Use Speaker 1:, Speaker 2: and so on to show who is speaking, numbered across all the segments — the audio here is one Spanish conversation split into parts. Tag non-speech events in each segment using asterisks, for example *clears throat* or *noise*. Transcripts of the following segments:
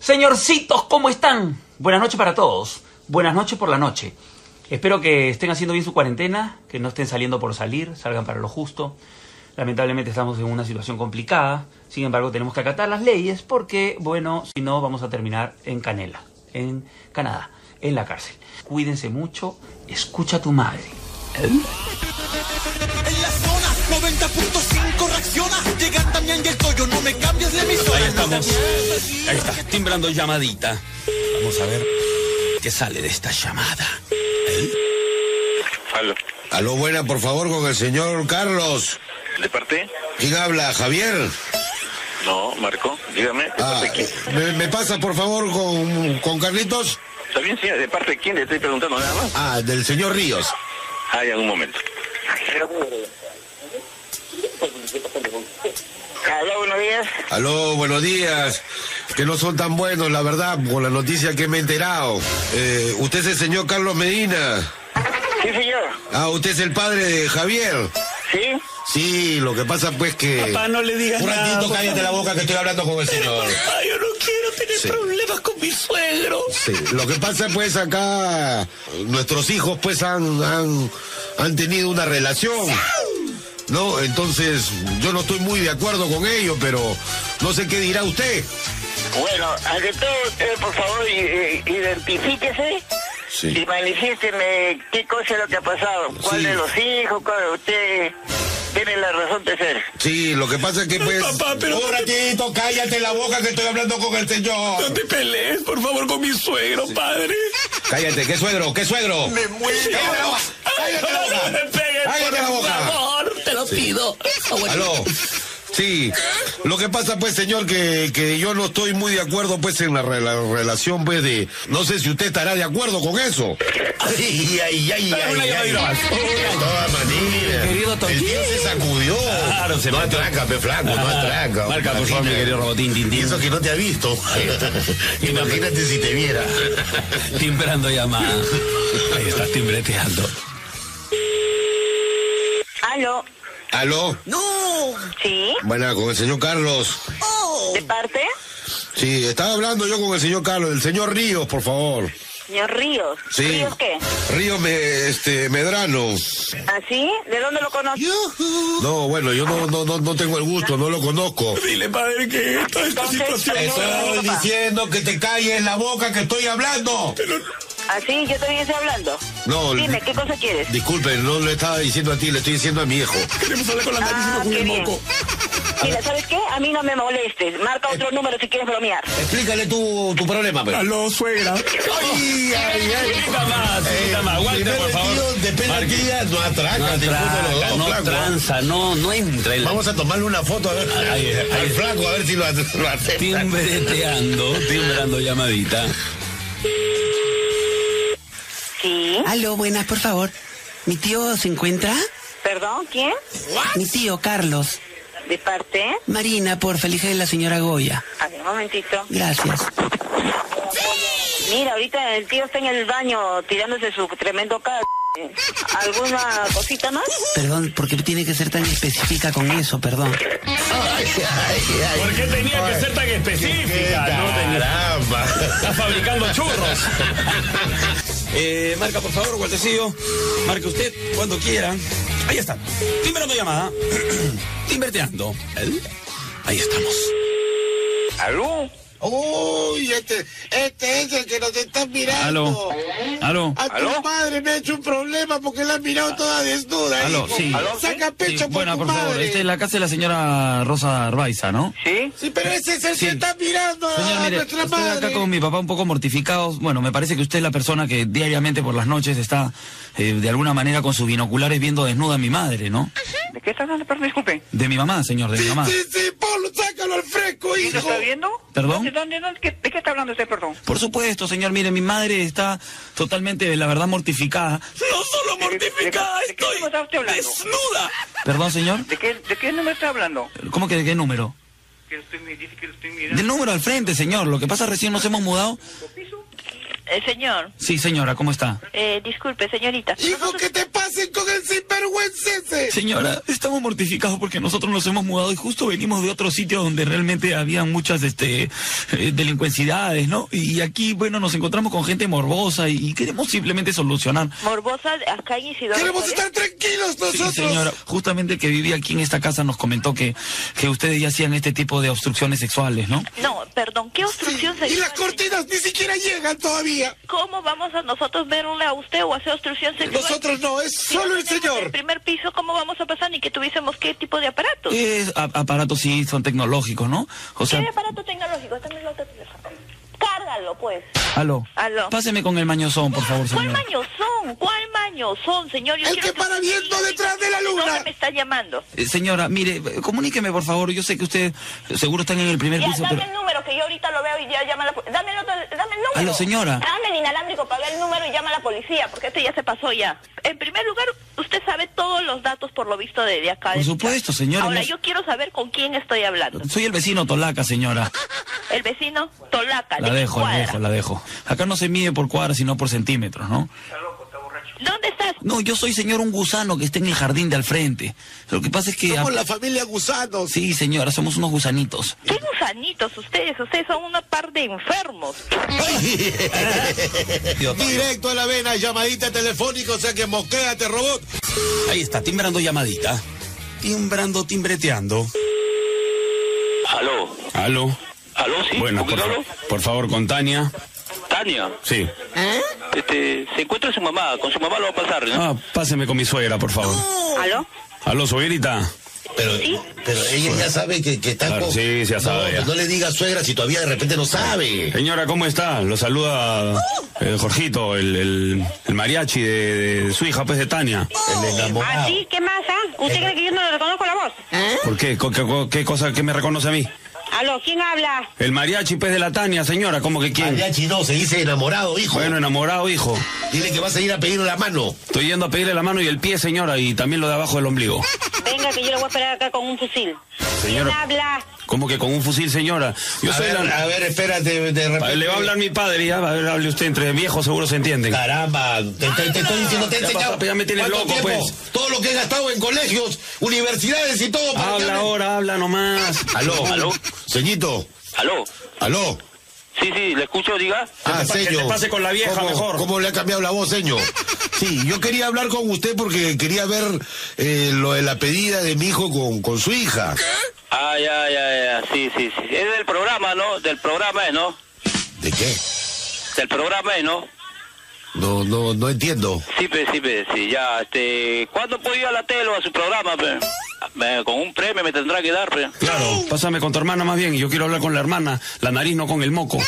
Speaker 1: Señorcitos, ¿cómo están? Buenas noches para todos. Buenas noches por la noche. Espero que estén haciendo bien su cuarentena, que no estén saliendo por salir, salgan para lo justo. Lamentablemente estamos en una situación complicada, sin embargo tenemos que acatar las leyes porque, bueno, si no vamos a terminar en Canela, en Canadá, en la cárcel. Cuídense mucho, escucha a tu madre.
Speaker 2: En la zona 90.5 reacciona. Llegan también y el Toyo, no me cambies de emisora.
Speaker 3: Ahí estamos. Ahí está, timbrando llamadita. Vamos a ver qué sale de esta llamada.
Speaker 4: Aló,
Speaker 5: Aló, buena, por favor, con el señor Carlos.
Speaker 4: ¿de parte?
Speaker 5: ¿Quién habla? ¿Javier?
Speaker 4: No, Marco, dígame, ¿de
Speaker 5: Ah,
Speaker 4: parte de quién?
Speaker 5: ¿me, me pasa, por favor, con, con Carlitos?
Speaker 4: ¿Está bien, señor? ¿De parte de quién? Le estoy preguntando nada más.
Speaker 5: Ah, del señor Ríos.
Speaker 4: Ah, ya, un momento.
Speaker 6: Aló, buenos días.
Speaker 5: Aló, buenos días. Que no son tan buenos, la verdad, con la noticia que me he enterado. Eh, usted es el señor Carlos Medina.
Speaker 6: Sí, señor.
Speaker 5: Ah, usted es el padre de Javier.
Speaker 6: ¿Sí?
Speaker 5: Sí, lo que pasa pues que...
Speaker 3: Papá, no le digas
Speaker 5: Un *laughs*
Speaker 3: nada.
Speaker 5: ratito, cállate la boca que estoy hablando con el señor.
Speaker 3: Papá, yo no quiero tener
Speaker 5: Sí.
Speaker 3: problemas con mi suegro.
Speaker 5: Sí, lo que pasa pues acá, nuestros hijos pues han, han, han tenido una relación. ¿No? Entonces, yo no estoy muy de acuerdo con ello, pero no sé qué dirá usted.
Speaker 6: Bueno, ante todo, usted, por favor, i- i- identifíquese y manifiésteme qué cosa es lo que ha pasado. ¿Cuál
Speaker 5: Sí.
Speaker 6: de los hijos? cuál- usted tiene la razón de ser.
Speaker 5: Sí, lo que pasa es que pues.
Speaker 3: papá, pero-
Speaker 5: Un ratito, cállate la boca que estoy hablando con el
Speaker 3: No
Speaker 5: señor.
Speaker 3: te pelees, por favor, con mi suegro, padre.
Speaker 5: Cállate, qué suegro, qué suegro.
Speaker 3: muero.
Speaker 5: Cállate la boca, cállate la boca.
Speaker 3: No me pegues,
Speaker 5: Cállate la
Speaker 3: por
Speaker 5: boca.
Speaker 3: favor, te lo pido. Abuelita.
Speaker 5: Aló. Sí. Lo que pasa, pues, señor, que, que yo no estoy muy de acuerdo, pues, en la, re- la relación, pues, de... No sé si usted estará de acuerdo con eso. Ay, ay, ay,
Speaker 3: Dale una llamadita más.
Speaker 5: De todas maneras.
Speaker 3: Querido Toquín.
Speaker 5: El tío se sacudió.
Speaker 3: Claro, se
Speaker 5: no
Speaker 3: mató.
Speaker 5: atraca, pe, flaco, no atraca.
Speaker 3: Marca, por favor, mi
Speaker 5: Imagínate.
Speaker 3: querido robotín, tin,
Speaker 5: Y
Speaker 3: tin.
Speaker 5: eh. eso que no te ha visto. *laughs* Imagínate si te viera.
Speaker 3: *laughs* Timbrando llamada. Ahí estás timbreteando.
Speaker 6: Aló.
Speaker 5: Aló.
Speaker 6: ¿Sí?
Speaker 5: Bueno, con el señor Carlos. Oh.
Speaker 6: ¿De parte?
Speaker 5: Sí, estaba hablando yo con el señor Carlos. El señor Ríos, por favor.
Speaker 6: Señor Ríos.
Speaker 5: Sí.
Speaker 6: ¿Ríos qué?
Speaker 5: Río me, este, Medrano.
Speaker 6: ¿Ah, sí? ¿De dónde lo conoce?
Speaker 5: No, bueno, yo no, no, no, no tengo el gusto, no lo conozco.
Speaker 3: Dile, padre, que toda esta
Speaker 6: Entonces,
Speaker 3: situación...
Speaker 6: saluda a mi papá.
Speaker 5: diciendo que te calles la boca que estoy hablando.
Speaker 6: ¿Ah, sí? Yo también estoy hablando.
Speaker 5: No,
Speaker 6: Dime, ¿qué cosa quieres?
Speaker 5: disculpe, no le estaba diciendo a ti, le estoy diciendo a mi hijo.
Speaker 3: Queremos hablar con la nariz y no
Speaker 6: Ah,
Speaker 3: con
Speaker 6: qué
Speaker 3: el
Speaker 6: bien.
Speaker 3: moco.
Speaker 6: Mira, ¿sabes qué? A mí no me molestes. Marca otro número si quieres bromear.
Speaker 5: Explícale tu, tu problema, pues. pero.
Speaker 3: Aló, suegra.
Speaker 5: Ay, ay, ay.
Speaker 3: Grita más, grita más. Aguante,
Speaker 5: Eh, Primero
Speaker 3: por
Speaker 5: el
Speaker 3: favor.
Speaker 5: tío de penaltía no atraca,
Speaker 3: No
Speaker 5: ninguno de los
Speaker 3: tranca,
Speaker 5: dos,
Speaker 3: no
Speaker 5: flaco.
Speaker 3: tranza, no, no entra el
Speaker 5: Vamos a tomarle una foto a ver
Speaker 3: Ahí, ahí.
Speaker 5: al flaco, a ver si lo, at- lo acepta.
Speaker 3: timbreteando, timbrando llamadita.
Speaker 6: ¿Sí?
Speaker 3: Ah.
Speaker 7: Aló, buenas, por favor. ¿Mi tío se encuentra?
Speaker 6: ¿Perdón? ¿Quién?
Speaker 7: Mi tío, Carlos.
Speaker 6: ¿De parte?
Speaker 7: Marina, por feliz de la señora Goya.
Speaker 6: A ver, un momentito.
Speaker 7: Gracias.
Speaker 6: Mira, ahorita el tío está en el baño tirándose su tremendo c... ¿Alguna cosita más?
Speaker 7: Perdón, porque tiene que ser tan específica con eso, perdón.
Speaker 3: ¿Por qué tenía que ser tan específica? No tenía.
Speaker 5: Caramba.
Speaker 3: Está
Speaker 5: *laughs*
Speaker 3: fabricando churros. Eh, marca, por favor, Gualtecillo. Marca usted cuando quiera. Ahí está. Timbrando llamada. *clears throat* Timbreteando. ¿Eh? Ahí estamos.
Speaker 6: ¿Aló?
Speaker 5: Uy, este, este es el que nos está mirando.
Speaker 3: Aló.
Speaker 5: A tu
Speaker 4: ¿Aló?
Speaker 5: madre me ha hecho un problema porque la ha mirado toda desnuda.
Speaker 8: Aló,
Speaker 5: hijo.
Speaker 8: sí.
Speaker 4: ¿Aló?
Speaker 5: Saca pecho por este-
Speaker 8: bueno,
Speaker 5: tu
Speaker 8: por
Speaker 5: madre.
Speaker 8: favor, esta es la casa de la señora Rosa Arbaiza, ¿no?
Speaker 4: ¿Sí?
Speaker 5: Sí, pero ese es el que está mirando
Speaker 8: Señor,
Speaker 5: a
Speaker 8: mire,
Speaker 5: nuestra
Speaker 8: estoy
Speaker 5: madre.
Speaker 8: acá con mi papá un poco mortificados. Bueno, me parece que usted es la persona que diariamente por las noches está, eh, de alguna manera, con sus binoculares viendo desnuda a mi madre, ¿no?
Speaker 6: ¿De qué estás hablando, perdón? Disculpe.
Speaker 8: De mi mamá, señor, de mi mamá.
Speaker 5: Sí, sí, Pablo, sácalo al fresco,
Speaker 6: ¿Quién lo
Speaker 5: hijo.
Speaker 6: está viendo?
Speaker 8: ¿Perdón?
Speaker 6: ¿De, dónde, dónde- qué- de qué está hablando usted, perdón?
Speaker 8: Por supuesto, señor, mire, mi madre está totalmente, la verdad, mortificada.
Speaker 3: No solo mortificada,
Speaker 6: ¿De qué- de qué
Speaker 3: estoy
Speaker 6: número está usted hablando?
Speaker 3: desnuda.
Speaker 8: Perdón, señor.
Speaker 6: ¿De qué, de qué número está hablando?
Speaker 8: ¿Cómo que de qué número?
Speaker 6: Que lo estoy, dice que lo estoy
Speaker 8: Del número al frente, señor. Lo que pasa recién nos hemos mudado.
Speaker 9: Eh, señor,
Speaker 8: Sí, señora, ¿cómo está?
Speaker 9: eh, disculpe, señorita.
Speaker 5: Hijo, ¿qué te pasa? hacen con el sinvergüenza ese?
Speaker 10: Señora, estamos mortificados porque nosotros nos hemos mudado y justo venimos de otro sitio donde realmente había muchas este, eh, delincuencidades, ¿no? Y aquí, bueno, nos encontramos con gente morbosa y, y queremos simplemente solucionar.
Speaker 6: Morbosa, acá en Isidoro.
Speaker 5: Queremos
Speaker 6: Juárez.
Speaker 5: estar tranquilos
Speaker 10: Sí,
Speaker 5: nosotros.
Speaker 10: señora, justamente el que vivía aquí en esta casa nos comentó que, que ustedes ya hacían este tipo de obstrucciones sexuales, ¿no?
Speaker 6: No, perdón, ¿qué obstrucción
Speaker 5: Y las
Speaker 6: sexual?
Speaker 5: cortinas ni siquiera llegan todavía.
Speaker 6: ¿Cómo vamos a nosotros verle a usted o hacer obstrucción sexual?
Speaker 5: Nosotros no, es
Speaker 6: Si
Speaker 5: solo el
Speaker 6: tenemos El
Speaker 5: señor.
Speaker 6: primer piso, ¿cómo vamos a pasar? Ni que tuviésemos qué tipo de aparatos.
Speaker 10: Es a- aparatos sí son tecnológicos, ¿no? O sea,
Speaker 6: ¿Qué aparato tecnológico? Este Está en el otro teléfono. Cárgalo, pues.
Speaker 10: aló.
Speaker 6: Aló.
Speaker 10: Páseme con el mañozón, por favor,
Speaker 6: ¿Cuál
Speaker 10: señora.
Speaker 6: mañozón? ¿Cuál mañozón, señor? Yo
Speaker 5: El
Speaker 6: quiero
Speaker 5: que para
Speaker 6: usted
Speaker 5: viendo
Speaker 6: diga
Speaker 5: detrás de la
Speaker 6: dónde
Speaker 5: luna.
Speaker 6: me está llamando?
Speaker 10: Eh, señora, mire, eh, comuníqueme, por favor. Yo sé que usted eh, seguro están en el primer
Speaker 6: Ya,
Speaker 10: piso,
Speaker 6: dame
Speaker 10: pero...
Speaker 6: el número, que yo ahorita lo veo y ya llama a la policía. Dame el, otro- dame el número.
Speaker 10: Aló, señora.
Speaker 6: Dame el inalámbrico para ver el número y llama a la policía, porque esto ya se pasó ya. En primer lugar, usted sabe todos los datos por lo visto de, de acá. de
Speaker 10: Por
Speaker 6: mi
Speaker 10: supuesto,
Speaker 6: casa.
Speaker 10: señora,
Speaker 6: Ahora,
Speaker 10: no-
Speaker 6: yo quiero saber con quién estoy hablando.
Speaker 10: Soy el vecino Tolaca, señora.
Speaker 6: El vecino Tolaca,
Speaker 10: La
Speaker 6: de
Speaker 10: dejo, la
Speaker 6: Cuadra.
Speaker 10: dejo, la dejo. Acá no se mide por cuadras, sino por centímetros, ¿no?
Speaker 6: ¿Dónde estás?
Speaker 10: No, yo soy señor un gusano que está en el jardín de al frente. Lo que pasa es que...
Speaker 5: Somos la familia gusanos.
Speaker 10: Sí, señora, somos unos gusanitos.
Speaker 6: *laughs* ¿Qué gusanitos ustedes? Ustedes son una par de enfermos.
Speaker 5: Directo a la vena, llamadita telefónica, o sea que mosquéate, robot.
Speaker 3: Ahí está, timbrando llamadita. Timbrando, timbreteando.
Speaker 8: Aló.
Speaker 3: Aló.
Speaker 8: Aló, sí.
Speaker 3: Bueno,
Speaker 8: ¿Con
Speaker 3: por,
Speaker 8: quién hablo?
Speaker 3: fa- por favor, con Tania.
Speaker 8: Tania.
Speaker 3: Sí.
Speaker 8: Este, se encuentra su mamá. Con su mamá lo va a pasar,
Speaker 5: ¿Eh?
Speaker 8: ¿no?
Speaker 3: Ah, páseme con mi suegra, por favor.
Speaker 6: ¿Aló?
Speaker 3: Aló, suegrita.
Speaker 5: Pero, pero ella ya sabe que, que está
Speaker 3: Claro,
Speaker 5: con...
Speaker 3: sí, sí, ya sabe,
Speaker 5: No,
Speaker 3: ya.
Speaker 5: pues no le diga suegra si todavía de repente no sabe.
Speaker 3: Señora, ¿cómo está? Lo saluda eh, Jorgito, el, el- el mariachi de, de su hija, pues de Tania.
Speaker 5: El enamorado.
Speaker 6: ¿Así? ¿Qué más, ah? ¿Usted cree que yo no le reconozco la voz?
Speaker 5: ¿Eh?
Speaker 3: ¿Por qué? ¿Con ¿Qué, con qué cosa que me reconoce a mí?
Speaker 6: ¿Aló? ¿Quién habla?
Speaker 3: El mariachi, pues de la Tania, señora, ¿cómo que quién?
Speaker 5: Mariachi no, se dice enamorado, hijo.
Speaker 3: Bueno, enamorado, hijo.
Speaker 5: Dile que vas a ir a pedir la mano.
Speaker 3: Estoy yendo a pedirle la mano y el pie, señora, y también lo de abajo
Speaker 5: *laughs*
Speaker 3: del ombligo.
Speaker 6: Venga, que yo lo voy a esperar acá con un fusil.
Speaker 3: Señora.
Speaker 6: ¿Quién habla?
Speaker 3: ¿Cómo que con un fusil, señora? Yo
Speaker 5: a,
Speaker 3: soy
Speaker 5: ver,
Speaker 3: la...
Speaker 5: a ver, espérate, de repente.
Speaker 3: Le va a hablar mi padre, ya, a ver, hable usted, entre viejos seguro se entienden.
Speaker 5: Caramba, te, te- te estoy diciendo, te he
Speaker 3: Ah, Ya,
Speaker 5: enseñado.
Speaker 3: papá, ya me tienes
Speaker 5: ¿Cuánto
Speaker 3: loco,
Speaker 5: tiempo?
Speaker 3: pues.
Speaker 5: Todo lo que he gastado en colegios, universidades y todo. para que
Speaker 3: Habla
Speaker 5: hable.
Speaker 3: ahora, habla nomás.
Speaker 5: Aló,
Speaker 8: Aló.
Speaker 5: Señito,
Speaker 8: Aló.
Speaker 5: aló.
Speaker 8: Sí, sí, le escucho, diga.
Speaker 5: Ah,
Speaker 3: pa- que
Speaker 5: señor.
Speaker 3: te pase con la vieja
Speaker 5: ¿Cómo,
Speaker 3: mejor?
Speaker 5: ¿Cómo le ha cambiado la voz, señor? Sí, yo quería hablar con usted porque quería ver eh, lo de la pedida de mi hijo con, con su hija.
Speaker 8: Ah, ya, ya, ya. Sí, sí, sí. Es del programa, ¿no? Del programa, ¿eh, ¿no?
Speaker 5: ¿De qué?
Speaker 8: Del programa, ¿eh, ¿no?
Speaker 5: No, no, no entiendo.
Speaker 8: Sí, pe, sí, pe, sí, ya, este... ¿Cuándo puedo ir a la tele o a su programa, pe? Me- con un premio me tendrá que dar, pe.
Speaker 3: Claro, pásame con tu hermana más bien. Yo quiero hablar con la hermana, la nariz no con el moco.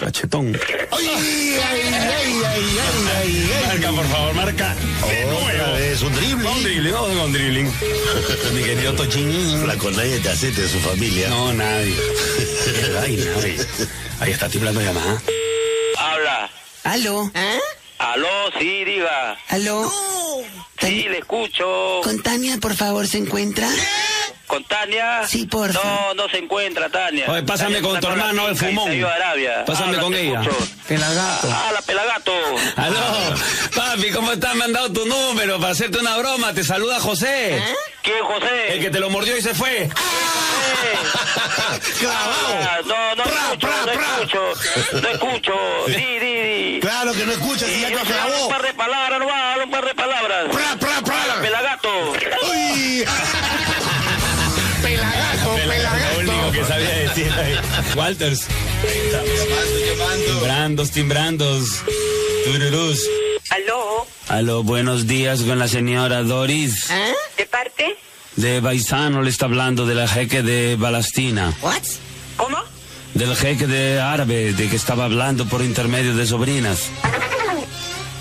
Speaker 3: Cachetón.
Speaker 5: ¡Ay, ay, ay, ay, ay, ay, ay!
Speaker 3: Marca, por favor, marca. De
Speaker 5: Otra
Speaker 3: nuevo.
Speaker 5: vez, un drible.
Speaker 3: Con dribbling, vamos con dribbling. Mi querido Tochín.
Speaker 5: La con nadie te acepta de su familia.
Speaker 3: No, nadie. Ay, nadie. Ahí está timbrando llamada.
Speaker 8: Habla.
Speaker 11: ¿Aló?
Speaker 8: Aló, sí, diga.
Speaker 11: ¿Aló?
Speaker 8: Sí, le escucho.
Speaker 11: ¿Con Tania, por favor, se encuentra?
Speaker 8: ¿Con Tania?
Speaker 11: Sí, porfa.
Speaker 8: No, no se encuentra, Tania.
Speaker 3: Oye, pásame
Speaker 8: Tania
Speaker 3: con
Speaker 8: está
Speaker 3: tu
Speaker 8: con la
Speaker 3: hermano, el
Speaker 8: finca y
Speaker 3: fumón.
Speaker 8: se ha ido a Arabia.
Speaker 3: Pásame
Speaker 8: Habla,
Speaker 3: con
Speaker 8: te
Speaker 3: ella.
Speaker 8: escucho.
Speaker 11: Pelagato.
Speaker 8: Ah, la pelagato.
Speaker 3: Aló, papi, ¿cómo estás? Me han dado tu número para hacerte una broma. Te saluda José. *laughs*
Speaker 8: ¿Quién, José?
Speaker 3: El que te lo mordió y se fue.
Speaker 5: *laughs*
Speaker 3: *laughs*
Speaker 5: ¡Clavado!
Speaker 8: Ah, no, no
Speaker 5: Pra,
Speaker 8: escucho,
Speaker 5: pra,
Speaker 8: no
Speaker 5: pra.
Speaker 8: escucho. No escucho.
Speaker 3: *laughs*
Speaker 8: Sí, sí, sí.
Speaker 5: Claro que no escucha si ya
Speaker 8: Sí,
Speaker 5: te
Speaker 8: yo sé, habla
Speaker 5: clavó.
Speaker 8: Un par de palabras, Eh, no va, habla un par de palabras.
Speaker 5: ¡Pra, pra, pra!
Speaker 8: Pelagato.
Speaker 5: ¡Uy! ¡Pelagato, pelagato!
Speaker 3: que sabía decir Walters. Timbrandos, timbrandos. Tururús.
Speaker 6: ¿Aló?
Speaker 3: Aló, buenos días con la señora Doris.
Speaker 6: ¿De parte?
Speaker 3: De Baisano le está hablando de la jeque de Balastina.
Speaker 11: ¿What?
Speaker 6: ¿Cómo?
Speaker 3: Del jeque de árabe, de que estaba hablando por intermedio de sobrinas.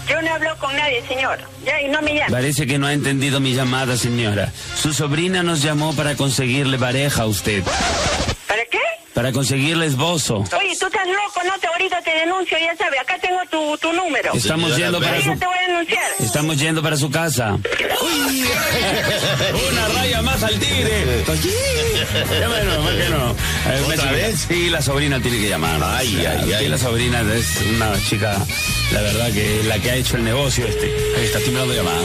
Speaker 6: Yo no hablo con nadie, señor. Ya, y no me llame.
Speaker 3: Parece que no ha entendido mi llamada, señora. Su sobrina nos llamó para conseguirle pareja a usted.
Speaker 6: ¿Para qué?
Speaker 12: para conseguirle esbozo.
Speaker 13: Oye, tú estás loco, no te ahorita te denuncio, ya sabes, acá tengo tu, tu número.
Speaker 12: Estamos yendo para
Speaker 13: Ahorita
Speaker 12: su-
Speaker 13: te voy a denunciar.
Speaker 12: Estamos yendo para su casa.
Speaker 14: Una raya más al tigre.
Speaker 12: Ya bueno, ¿por qué no? A ver,
Speaker 5: ¿Otra
Speaker 12: una chica-
Speaker 5: vez?
Speaker 12: Sí, la sobrina tiene que llamar.
Speaker 5: Ay, ay,
Speaker 12: Sí,
Speaker 5: ay.
Speaker 12: la sobrina es una chica, la verdad que la que ha hecho el negocio este. Ahí está timbrando llamada.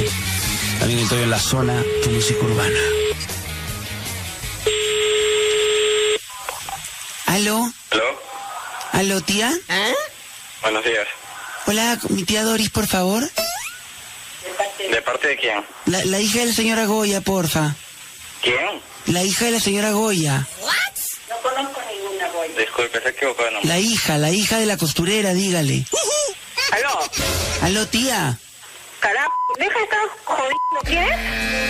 Speaker 12: También estoy en la zona de música urbana.
Speaker 15: ¿Aló?
Speaker 16: ¿Aló?
Speaker 15: ¿Aló, tía?
Speaker 16: Buenos días.
Speaker 15: Hola, con mi tía Doris, por favor.
Speaker 16: ¿De parte de quién?
Speaker 15: La, la hija de la señora Goya, porfa.
Speaker 16: ¿Quién?
Speaker 15: La hija de la señora Goya.
Speaker 13: No conozco ninguna boya.
Speaker 16: Disculpe, se equivocó de nombre.
Speaker 15: La hija, la hija de la costurera, dígale.
Speaker 13: Aló,
Speaker 15: Aló, tía.
Speaker 13: carajo, deja de estar jodiendo, ¿quieres?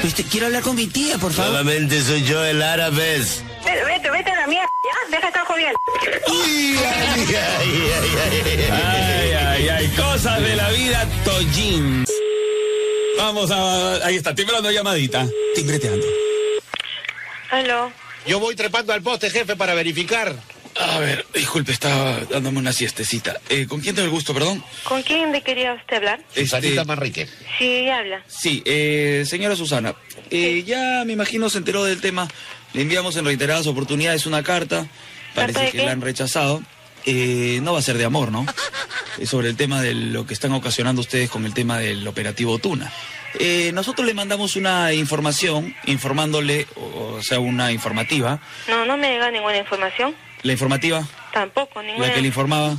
Speaker 15: Pues te- quiero hablar con mi tía, por favor.
Speaker 5: Nuevamente soy yo el árabe.
Speaker 13: Vete, vete, vete a la mierda, ¿ya? Deja de estar jodiendo.
Speaker 14: Ay, ay, ay, cosas de la vida, Toyin. Vamos a. Ahí está, timbrando llamadita. Timbreteando.
Speaker 13: Aló.
Speaker 5: Yo voy trepando al poste, jefe, para verificar.
Speaker 3: A ver, disculpe, estaba dándome una siestecita. Eh, ¿Con quién tengo el gusto, perdón? Este,
Speaker 13: ¿Con quién le quería usted hablar?
Speaker 5: Sanita Manrique.
Speaker 13: Sí, habla.
Speaker 3: Sí, eh, señora Susana, eh, ya me imagino se enteró del tema. Le enviamos en reiteradas oportunidades una carta.
Speaker 13: ¿Carta de
Speaker 3: Parece que
Speaker 13: qué?
Speaker 3: la han rechazado. Eh, no va a ser de amor, ¿no? Es sobre el tema de lo que están ocasionando ustedes con el tema del operativo Tuna. Eh, nosotros le mandamos una información informándole, o, o sea, una informativa.
Speaker 13: No, no me llega ninguna información.
Speaker 3: ¿La informativa?
Speaker 13: Tampoco,
Speaker 3: ¿La
Speaker 13: ninguna.
Speaker 3: que le informaba?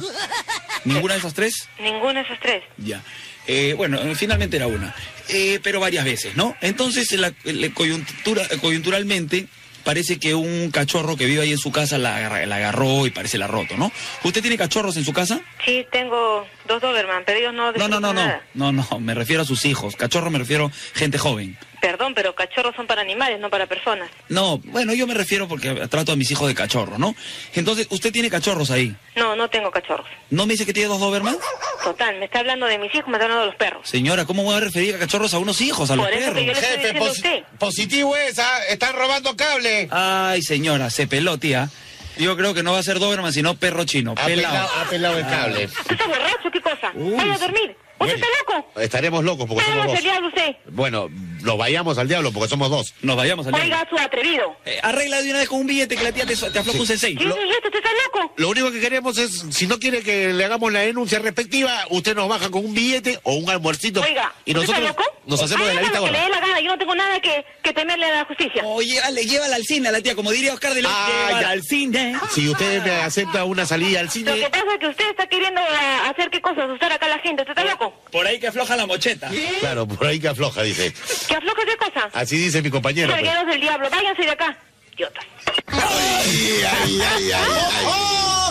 Speaker 3: ¿Ninguna de esas tres?
Speaker 13: Ninguna de esas tres.
Speaker 3: Ya. Eh, bueno, eh, finalmente era una, Eh, pero varias veces, ¿no? Entonces, la- la coyuntura, coyunturalmente, parece que un cachorro que vive ahí en su casa la, agarra- la agarró y parece la ha roto, ¿no? ¿Usted tiene cachorros en su casa?
Speaker 13: Sí, tengo dos Doberman, pero ellos no
Speaker 3: No, no, no,
Speaker 13: destrozan
Speaker 3: no,
Speaker 13: nada.
Speaker 3: no, no, me refiero a sus hijos. Cachorro me refiero gente joven.
Speaker 13: Perdón, pero cachorros son para animales, no para personas.
Speaker 3: No, bueno, yo me refiero porque trato a mis hijos de cachorro, ¿no? Entonces, usted tiene cachorros ahí.
Speaker 13: No, no tengo cachorros.
Speaker 3: ¿No me dice que tiene dos Doberman?
Speaker 13: Total, me está hablando de mis hijos, me está hablando de los perros.
Speaker 3: Señora, ¿cómo voy a referir a cachorros a unos hijos, a los
Speaker 13: Por eso
Speaker 3: perros?
Speaker 13: que yo le estoy diciendo a usted.
Speaker 5: positivo esa. Están robando cable.
Speaker 3: Ay, señora, se peló, tía. Yo creo que no va a ser Doberman, sino perro chino. Pelado.
Speaker 5: el cable.
Speaker 13: ¿Tú estás borracho? ¿Qué cosa?
Speaker 3: Uy,
Speaker 13: Vaya a dormir. ¿Usted está loco?
Speaker 5: Estaremos locos porque somos
Speaker 13: Vámonos
Speaker 5: dos.
Speaker 13: el diablo usted.
Speaker 5: Bueno, nos vayamos al diablo porque somos dos.
Speaker 3: Nos vayamos al diablo.
Speaker 13: Oiga, su atrevido.
Speaker 3: Eh, arregla de una vez con un billete que la tía te, so- te afloja un sensei.
Speaker 13: ¿Qué es esto? ¿Usted está loco?
Speaker 5: Lo único que queremos es, si no quiere que le hagamos la denuncia respectiva, usted nos baja con un billete o un almuercito.
Speaker 13: Oiga,
Speaker 5: y
Speaker 13: ¿usted está
Speaker 5: nosotros
Speaker 13: loco?
Speaker 5: nos hacemos de la
Speaker 13: Hágalo
Speaker 5: vista
Speaker 13: lo que le
Speaker 5: gorda. Oh,
Speaker 13: dé la gana, yo no tengo nada que, que temerle a la justicia.
Speaker 3: O llévale, llévala al cine a la tía, como diría Oscar de León.
Speaker 5: Ah,
Speaker 3: llévala
Speaker 5: ya.
Speaker 3: al cine.
Speaker 5: Si usted me acepta una salida al
Speaker 13: Lo que
Speaker 5: cine,
Speaker 13: pasa es que usted está queriendo ah, hacer qué cosa, asustar acá a la gente. ¿Usted está
Speaker 5: Oh.
Speaker 13: loco?
Speaker 3: Por ahí que afloja la mocheta.
Speaker 5: claro, por ahí que afloja, dice.
Speaker 13: ¿Que afloja qué cosa?
Speaker 5: Así dice mi compañero. pues.
Speaker 13: Caballeros del diablo, váyanse de acá. Idiotas.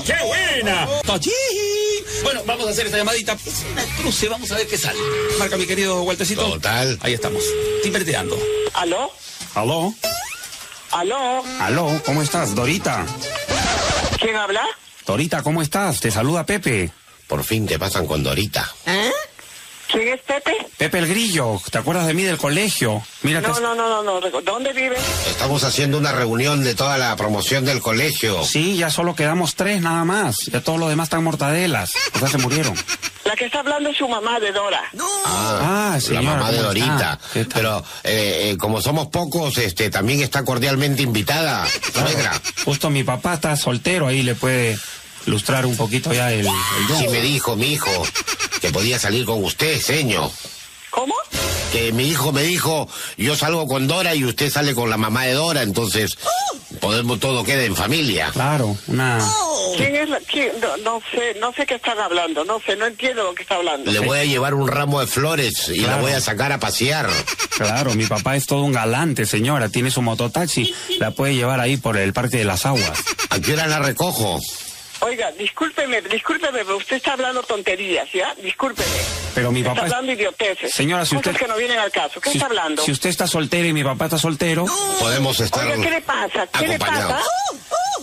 Speaker 3: ¡Qué buena! Bueno, vamos a hacer esta llamadita. Es una cruce, vamos a ver qué sale. Marca mi querido
Speaker 13: Oh,
Speaker 3: Waltercito.
Speaker 5: Total.
Speaker 3: Ahí estamos. Timberteando.
Speaker 8: ¿Aló?
Speaker 12: Aló,
Speaker 8: ¿Aló?
Speaker 12: aló, ¿cómo estás, Dorita?
Speaker 8: ¿Quién habla?
Speaker 12: Dorita, ¿cómo estás? Te saluda Pepe.
Speaker 5: Por fin te pasan con Dorita.
Speaker 8: ¿Quién es Pepe?
Speaker 12: Pepe el Grillo, ¿te acuerdas de mí del colegio? Mira que...
Speaker 8: No, no, no, no, no. ¿Dónde vive?
Speaker 5: Estamos haciendo una reunión de toda la promoción del colegio.
Speaker 12: Sí, ya solo quedamos tres nada más. Ya todos los demás están mortadelas. O sea, se murieron.
Speaker 8: La que está hablando es su mamá de Dora.
Speaker 12: Ah, señora,
Speaker 5: la mamá de
Speaker 12: ¿cómo
Speaker 5: Dorita.
Speaker 12: está? ¿Qué tal?
Speaker 5: Pero eh, eh, como somos pocos, este, también está cordialmente invitada, suegra.
Speaker 12: Justo mi papá está soltero, ahí le puede lustrar un poquito ya el... el don.
Speaker 5: Sí me dijo mi hijo que podía salir con usted, señor.
Speaker 8: ¿Cómo?
Speaker 5: Que mi hijo me dijo, yo salgo con Dora y usted sale con la mamá de Dora, entonces podemos todo queda en familia.
Speaker 12: Claro, una...
Speaker 8: ¿Quién es la, quién? No, no sé, no sé qué están hablando. No sé, no entiendo lo que está hablando.
Speaker 5: Le voy a llevar un ramo de flores y la
Speaker 12: Claro.
Speaker 5: voy a sacar a pasear.
Speaker 12: Claro, mi papá es todo un galante, señora. Tiene su mototaxi. La puede llevar ahí por el Parque de las Aguas.
Speaker 5: ¿A qué hora la recojo?
Speaker 8: Oiga, discúlpeme, discúlpeme, pero usted está hablando tonterías, ¿ya? Discúlpeme.
Speaker 12: Pero mi
Speaker 8: Está
Speaker 12: papá... es-
Speaker 8: hablando idioteces.
Speaker 12: Señora, si
Speaker 8: Cosas
Speaker 12: usted-
Speaker 8: que no vienen al caso. ¿Qué
Speaker 12: si-
Speaker 8: está hablando?
Speaker 12: Si usted está soltera y mi papá está soltero...
Speaker 5: Podemos estar
Speaker 8: Oiga, ¿qué le pasa? ¿Qué le
Speaker 5: acompañados.
Speaker 8: pasa?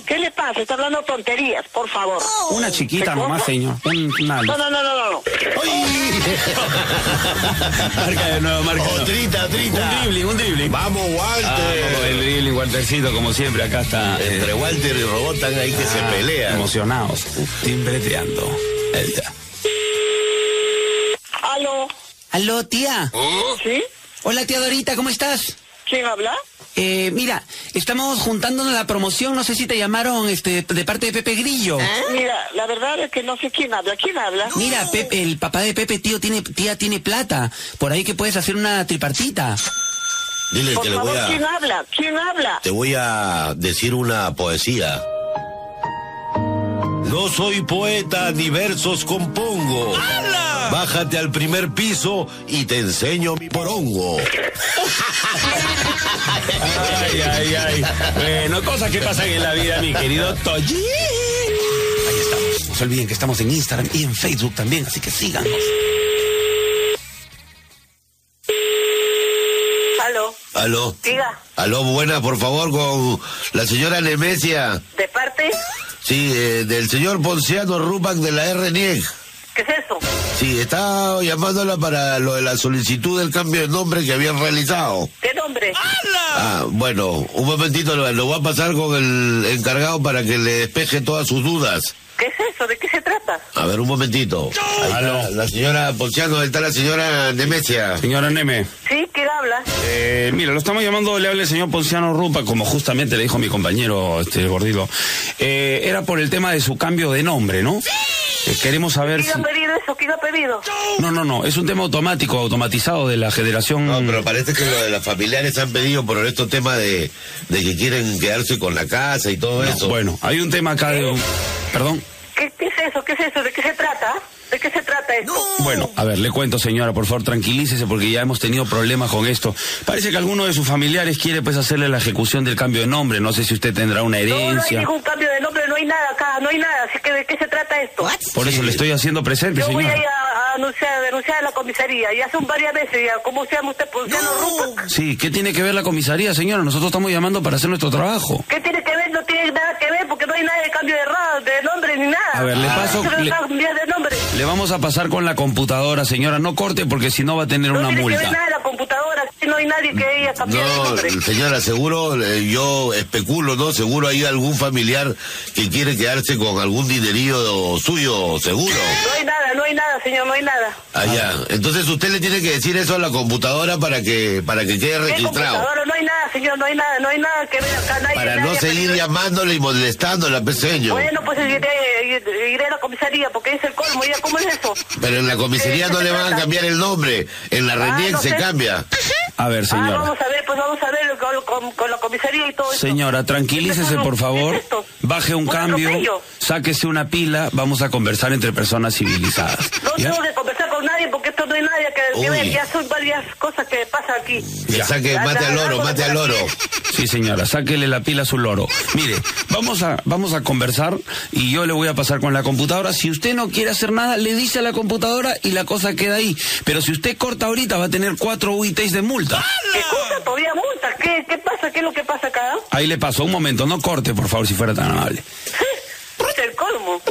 Speaker 8: ¿Qué le pasa? Está hablando tonterías, por favor.
Speaker 12: Una chiquita
Speaker 8: ¿Se
Speaker 12: nomás,
Speaker 8: compra?
Speaker 12: señor. Un- Una
Speaker 8: No, no, no, no, no, no.
Speaker 12: *laughs* marca de nuevo, marca.
Speaker 5: Otrita, otrita. este,
Speaker 12: Un dribbling, un dribbling. Ah,
Speaker 5: Vamos, Walter.
Speaker 12: Vamos, el dribbling, Waltercito, como siempre, acá está. eh,
Speaker 5: Entre Walter y Robot están ahí que se
Speaker 12: ah,
Speaker 5: pelean.
Speaker 12: Emocionados. Timbreteando. Ahí está.
Speaker 8: ¿Aló?
Speaker 17: Aló, tía.
Speaker 5: Oh.
Speaker 8: ¿Sí?
Speaker 17: Hola, tía Dorita, ¿cómo estás?
Speaker 8: ¿Quién habla?
Speaker 17: Eh, mira, estamos juntándonos la promoción, no sé si te llamaron este, de parte de Pepe Grillo.
Speaker 12: Ah. ¿Eh?
Speaker 8: Mira, la verdad es que no sé quién habla. ¿Quién habla?
Speaker 17: Mira, Pepe, el papá de Pepe, tío, tiene, tía, tiene plata. Por ahí que puedes hacer una tripartita.
Speaker 5: Dile
Speaker 8: Por
Speaker 5: que le voy
Speaker 8: favor, ¿quién
Speaker 5: a.
Speaker 8: habla? ¿Quién habla?
Speaker 5: Te voy a decir una poesía. No soy poeta, ni versos compongo. Bájate al primer piso y te enseño mi porongo.
Speaker 12: Ay, ay, ay. Bueno, cosas que pasan en la vida, mi querido Toyi. Ahí estamos. No se olviden que estamos en Instagram y en Facebook también, así que síganos.
Speaker 8: ¿Aló?
Speaker 5: Aló.
Speaker 8: Diga,
Speaker 5: Aló, buena, por favor, con la señora Nemesia.
Speaker 8: ¿de parte?
Speaker 5: Sí, eh, del señor Ponciano Rupac de la RNIEC.
Speaker 8: ¿Qué es eso?
Speaker 5: Sí, está llamándola para lo de la solicitud del cambio de nombre que habían realizado.
Speaker 8: ¿Qué nombre?
Speaker 5: Ah, bueno, un momentito lo, lo voy a pasar con el encargado para que le despeje todas sus dudas.
Speaker 8: ¿Qué es eso? ¿De qué se trata?
Speaker 5: A ver, un momentito. Ahí está
Speaker 12: Aló.
Speaker 5: La, señora Ponciano, ahí está la señora Nemesia.
Speaker 12: Señora Neme,
Speaker 8: ¿Sí? ¿Quién habla?
Speaker 12: eh, mira, lo estamos llamando, le habla el señor Ponciano Rupa, como justamente le dijo mi compañero este Gordilo. Eh, era por el tema de su cambio de nombre, ¿no? Eh, queremos saber si...
Speaker 8: ¿Quién ha pedido eso? ¿Quién ha pedido?
Speaker 12: No, no, no, es un tema automático, automatizado de la generación...
Speaker 5: No, pero parece que lo de las familiares han pedido por estos temas de, de que quieren quedarse con la casa y todo
Speaker 12: No,
Speaker 5: eso.
Speaker 12: bueno, hay un tema acá de... un- Perdón.
Speaker 8: ¿Qué, qué es eso? ¿Qué es eso? ¿De qué se trata? ¿De qué se trata esto?
Speaker 12: Bueno, a ver, le cuento, señora, por favor, tranquilícese porque ya hemos tenido problemas con esto. Parece que alguno de sus familiares quiere pues hacerle la ejecución del cambio de nombre. No sé si usted tendrá una
Speaker 8: No, no hay
Speaker 12: herencia.
Speaker 8: ningún cambio de nombre, no hay nada acá, no hay nada. Así que, ¿de qué se trata esto?
Speaker 12: Por eso le estoy haciendo presente,
Speaker 8: Yo voy a
Speaker 12: señora.
Speaker 8: ir a, a anunciar, a denunciar a la comisaría. Ya son varias veces, ya. ¿Cómo se llama usted? Pues, ya no rompa.
Speaker 12: Sí, ¿qué tiene que ver la comisaría, señora? Nosotros estamos llamando para hacer nuestro trabajo.
Speaker 8: ¿Qué tiene que ver? No tiene nada que ver porque no hay nada de cambio de, ra- de nombre ni nada.
Speaker 12: A ver, le
Speaker 8: Ah.
Speaker 12: paso-
Speaker 8: Pero
Speaker 12: le-
Speaker 8: no cambiar de nombre.
Speaker 12: Le vamos a pasar con la computadora, señora. No corte porque si no va a tener
Speaker 8: No
Speaker 12: una
Speaker 8: tiene que ver
Speaker 12: multa.
Speaker 8: nada la computadora. Aquí no hay nadie que haya cambiado de
Speaker 5: No,
Speaker 8: nombre.
Speaker 5: señora, seguro, eh, yo especulo, ¿no? Seguro hay algún familiar que quiere quedarse con algún dinerío suyo, seguro.
Speaker 8: No hay nada, no hay nada, señor, no hay nada.
Speaker 5: Allá. Entonces usted le tiene que decir eso a la computadora para que para que quede
Speaker 8: ¿Qué
Speaker 5: registrado.
Speaker 8: computadora? No hay nada, señor, no hay nada, no hay nada que ver acá. Nadie,
Speaker 5: Para no
Speaker 8: nadie ha
Speaker 5: seguir
Speaker 8: pedido-
Speaker 5: llamándole y molestándola, pues, señor.
Speaker 8: Bueno, pues iré, iré a la comisaría porque es el colmo. ¿Ya cómo es eso? Ah,
Speaker 5: Pero en la comisaría
Speaker 8: ¿De qué
Speaker 5: no
Speaker 8: se
Speaker 5: le van a
Speaker 8: trata?
Speaker 5: cambiar el nombre. En la
Speaker 8: eh, Ah,
Speaker 5: RENIEC
Speaker 8: no
Speaker 5: se
Speaker 8: sé.
Speaker 5: cambia.
Speaker 12: A ver,
Speaker 8: Ah,
Speaker 12: señora.
Speaker 8: vamos a ver, pues vamos a ver con, con- con la comisaría y todo eso.
Speaker 12: Señora, tranquilícese, por favor. Baje un cambio, sáquese una pila. Vamos a conversar entre personas civilizadas.
Speaker 8: No
Speaker 12: ¿Ya?
Speaker 8: tengo que conversar con nadie porque esto no hay nadie que,
Speaker 5: Uy.
Speaker 8: que ver. Ya son varias cosas que pasan aquí.
Speaker 5: Que saque,
Speaker 8: Ya,
Speaker 5: mate
Speaker 8: ya,
Speaker 5: al
Speaker 8: ya,
Speaker 5: oro,
Speaker 8: vamos
Speaker 5: mate
Speaker 8: por
Speaker 5: al
Speaker 8: aquí.
Speaker 5: oro.
Speaker 12: Sí, señora, sáquele la pila a su loro. Mire, vamos a, vamos a conversar y yo le voy a pasar con la computadora. Si usted no quiere hacer nada, le dice a la computadora y la cosa queda ahí. Pero si usted corta ahorita, va a tener cuatro UITs de multa.
Speaker 8: ¿Qué cosa? ¿Todavía multa? ¿Qué, ¿Qué pasa? ¿Qué es lo que pasa acá?
Speaker 12: Ahí le paso, un momento, no corte, por favor, si fuera tan amable.
Speaker 8: Es el colmo.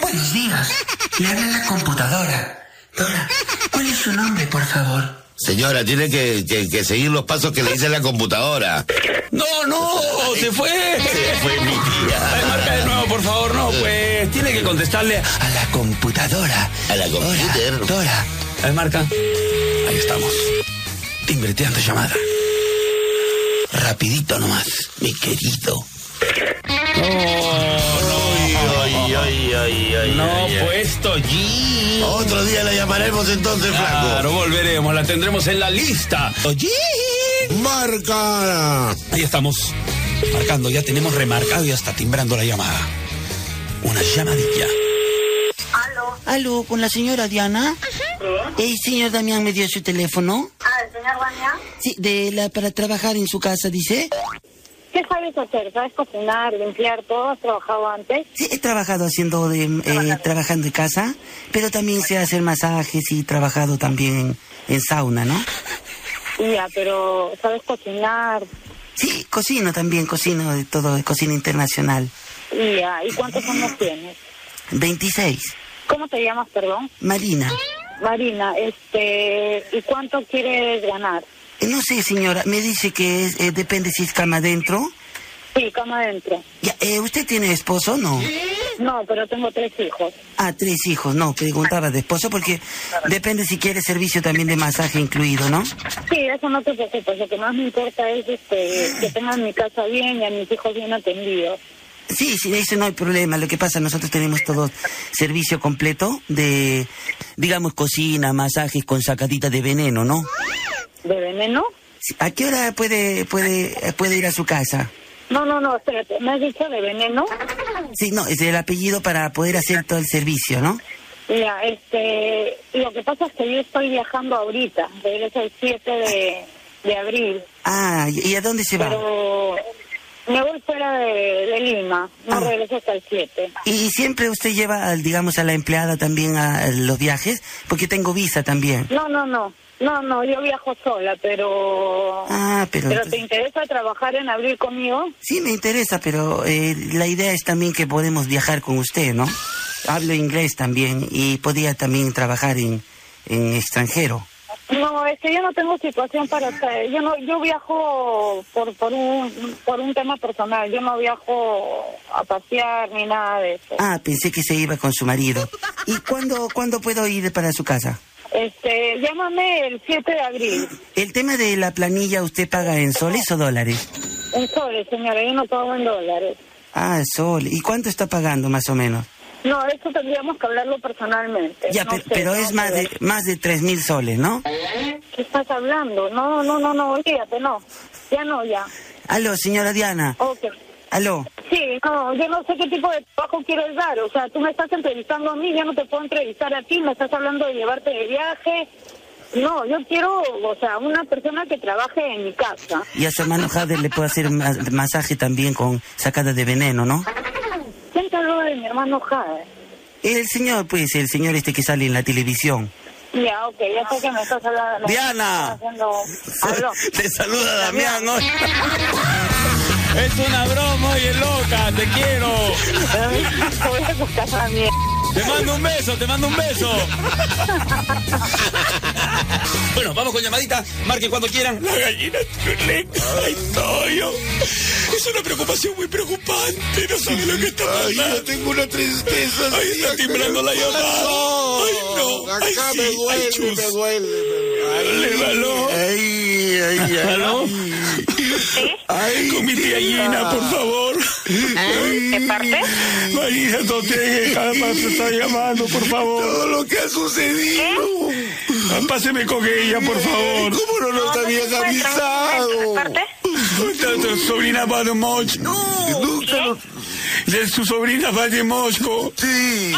Speaker 17: Buenos días. Le habla la computadora. Dora, ¿cuál es su nombre, por favor?
Speaker 5: Señora, tiene que, que- que seguir los pasos que le dice la computadora.
Speaker 12: ¡No, no! ¡Se fue!
Speaker 5: Este Fue mi tía.
Speaker 12: Ay, marca de nuevo, por favor, no, pues tiene que contestarle a la computadora.
Speaker 5: A la computer.
Speaker 12: Dora, Dora. A ver, marca. Ahí estamos. Timbreteando llamada. Rapidito nomás, mi querido.
Speaker 5: Ay, ay, ay, ay,
Speaker 12: No, pues.
Speaker 5: ay, ay.
Speaker 12: puesto G.
Speaker 5: Otro día la llamaremos entonces,
Speaker 12: Claro,
Speaker 5: Franco.
Speaker 12: volveremos, la tendremos en la lista. Oye.
Speaker 5: Marca.
Speaker 12: Ahí estamos. Marcando, ya tenemos remarcado y hasta timbrando la llamada. Una llamadilla.
Speaker 6: Aló.
Speaker 17: Aló, con la señora Diana. El señor Damián me dio su teléfono.
Speaker 6: Ah, el señor Damián.
Speaker 17: Sí, de la, para trabajar en su casa, dice.
Speaker 6: ¿Qué sabes hacer? ¿Sabes cocinar, limpiar todo? ¿Has trabajado antes?
Speaker 17: Sí, he trabajado haciendo de, eh, trabajando en casa, pero también sé hacer masajes y he trabajado también en sauna, ¿no?
Speaker 6: Ya, pero ¿sabes cocinar?
Speaker 17: Sí, cocino también, cocino de todo, de cocina internacional.
Speaker 13: Ya, ¿y cuántos años tienes?
Speaker 17: 26.
Speaker 13: ¿Cómo te llamas, perdón?
Speaker 17: Marina,
Speaker 13: Marina, este, ¿y cuánto quieres ganar?
Speaker 17: eh, no sé, señora, me dice que es, eh, depende si es cama adentro.
Speaker 13: Sí, cama adentro.
Speaker 17: Ya, eh, ¿Usted tiene esposo o no?
Speaker 13: No, pero tengo tres hijos.
Speaker 17: Ah, tres hijos, no, preguntaba de esposo porque depende si quiere servicio también de masaje incluido, ¿no?
Speaker 13: Sí, eso no te preocupes, lo que más me importa es este, que tengan mi casa bien y a mis hijos bien atendidos.
Speaker 17: Sí, sí, eso no hay problema. Lo que pasa, nosotros tenemos todo servicio completo de, digamos, cocina, masajes con sacadita de veneno, ¿no?
Speaker 13: ¿De veneno?
Speaker 17: Sí, ¿A qué hora puede, puede, eh, puede ir a su casa?
Speaker 13: No, no, no, espérate, ¿me has dicho de veneno?
Speaker 17: Sí, no, es el apellido para poder hacer todo el servicio, ¿no?
Speaker 13: Mira, este, lo que pasa es que yo estoy viajando ahorita, regreso el 7 de, de abril,
Speaker 17: Ah, ¿y y a dónde se va?
Speaker 13: pero me voy fuera de, de Lima,
Speaker 17: Ah.
Speaker 13: no regreso hasta el 7.
Speaker 17: Y siempre usted lleva, al- digamos, a la empleada también a los viajes, porque tengo visa también.
Speaker 13: No, no, no, no, no, yo viajo sola, pero...
Speaker 17: Ah, pero
Speaker 13: ¿te interesa trabajar en abril conmigo?
Speaker 17: Sí, me interesa, pero eh, la idea es también que podemos viajar con usted, ¿no? Hablo inglés también y podía también trabajar en, en extranjero.
Speaker 13: No, es que yo no tengo situación para tra- yo no yo viajo por por un por un tema personal, yo no viajo a pasear ni nada de eso.
Speaker 17: Ah, pensé que se iba con su marido. ¿Y cuándo, cuándo puedo ir para su casa?
Speaker 13: Este, llámame el 7 de abril.
Speaker 17: El tema de la planilla, ¿usted paga en soles o dólares?
Speaker 13: En soles, señora, yo no pago en dólares.
Speaker 17: Ah, sol. ¿Y cuánto está pagando más o menos?
Speaker 13: No, eso tendríamos que hablarlo personalmente.
Speaker 17: Ya,
Speaker 13: no
Speaker 17: pero,
Speaker 13: sé,
Speaker 17: pero
Speaker 13: tengo
Speaker 17: es
Speaker 13: que
Speaker 17: más de,
Speaker 13: ver.
Speaker 17: más de tres mil soles, ¿no?
Speaker 13: ¿Qué estás hablando? No, no, no, no, olvídate, no. Ya no, ya.
Speaker 17: Aló, señora Diana.
Speaker 13: Ok.
Speaker 17: Aló.
Speaker 13: Sí, no, yo no sé qué tipo de trabajo quieres dar. O sea, tú me estás entrevistando a mí, yo no te puedo entrevistar a ti, me estás hablando de llevarte de viaje. No, yo quiero, o sea, una persona que trabaje en mi casa.
Speaker 17: Y a su hermano Jader le puedo hacer ma- masaje también con sacada de veneno, ¿no?
Speaker 13: ¿Quién te habló de mi hermano Jade?
Speaker 17: El señor, pues, el señor este que sale en la televisión.
Speaker 13: Ya, ok, ya sé que me estás hablando.
Speaker 12: Diana.
Speaker 13: me estás haciendo- *laughs* Aló.
Speaker 12: Te saluda Damián, ¿no?
Speaker 3: Es una broma, oye, loca, te quiero.
Speaker 13: Voy a buscar a mí.
Speaker 3: Te mando un beso, te mando un beso.
Speaker 18: *laughs* Bueno, vamos con llamadita. Marquen cuando quieran. La gallina chuleca. Ay, Toyo. Es una preocupación muy preocupante. No sabe lo que está pasando. Ay, yo tengo una tristeza. Ay, está timbrando la llamada. Ay, no. Ay,
Speaker 5: Acá
Speaker 18: sí.
Speaker 5: me duele,
Speaker 18: Ay, chus.
Speaker 5: me duele.
Speaker 18: Dale, balón.
Speaker 5: Ay, ay, ay.
Speaker 18: ¿Aló?
Speaker 5: Ay,
Speaker 18: Con mi tía Gina, por favor.
Speaker 6: ¿De parte?
Speaker 3: Marina, no te jamás se está llamando, por favor. ¿Eh?
Speaker 5: Todo lo que ha sucedido.
Speaker 3: Páseme con ella, por favor.
Speaker 5: ¿Cómo no nos habías avisado?
Speaker 6: ¿De parte?
Speaker 3: Está tu sobrina Bademoch.
Speaker 5: Nunca nos...
Speaker 3: De su sobrina Bademochco.
Speaker 5: Sí.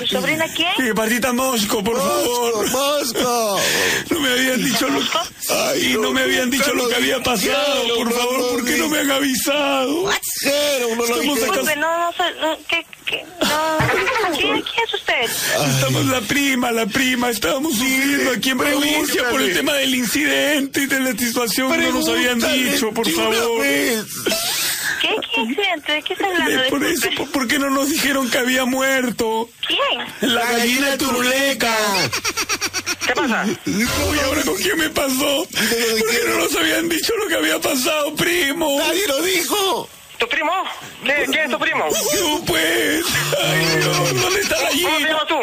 Speaker 6: ¿Tu sobrina quién?
Speaker 3: Y partita Mosco, por favor.
Speaker 5: ¡Mosco!
Speaker 3: No me habían dicho lo
Speaker 5: Ay,
Speaker 3: y no
Speaker 5: no,
Speaker 3: me habían
Speaker 5: nunca
Speaker 3: dicho lo
Speaker 5: lo
Speaker 3: que había pasado,
Speaker 5: dijeron,
Speaker 3: por
Speaker 5: no
Speaker 3: favor,
Speaker 5: lo
Speaker 3: ¿por qué no me han avisado?
Speaker 5: Cero, no lo
Speaker 3: Estamos
Speaker 5: dijeron.
Speaker 3: acá
Speaker 6: Disculpe, Pues no, no sé, no, ¿qué, qué? No, ¿quién, quién es usted?
Speaker 3: Estamos la prima, la prima, estábamos sufriendo aquí en provincia por el
Speaker 5: pregúntale.
Speaker 3: tema del incidente y de la situación que no nos habían
Speaker 5: Pregúntale
Speaker 3: dicho, por
Speaker 5: de una
Speaker 3: favor.
Speaker 5: vez.
Speaker 6: ¿Qué, qué incidente? ¿De qué está hablando?
Speaker 3: Eh, Por eso,
Speaker 6: Disculpe.
Speaker 3: ¿por qué no nos dijeron que había muerto?
Speaker 6: ¿Quién?
Speaker 3: La gallina turuleca.
Speaker 6: ¿Qué pasa?
Speaker 3: Uy, ahora con quién me pasó. ¿Por qué no nos habían dicho lo que había pasado, primo?
Speaker 5: ¡Nadie lo dijo!
Speaker 8: ¿Tu primo? ¿Qué- ¿Quién es tu primo?
Speaker 3: No, pues. Ay, no, ¿dónde está la
Speaker 8: ¿Cómo te
Speaker 3: gallina?
Speaker 8: llamas tú?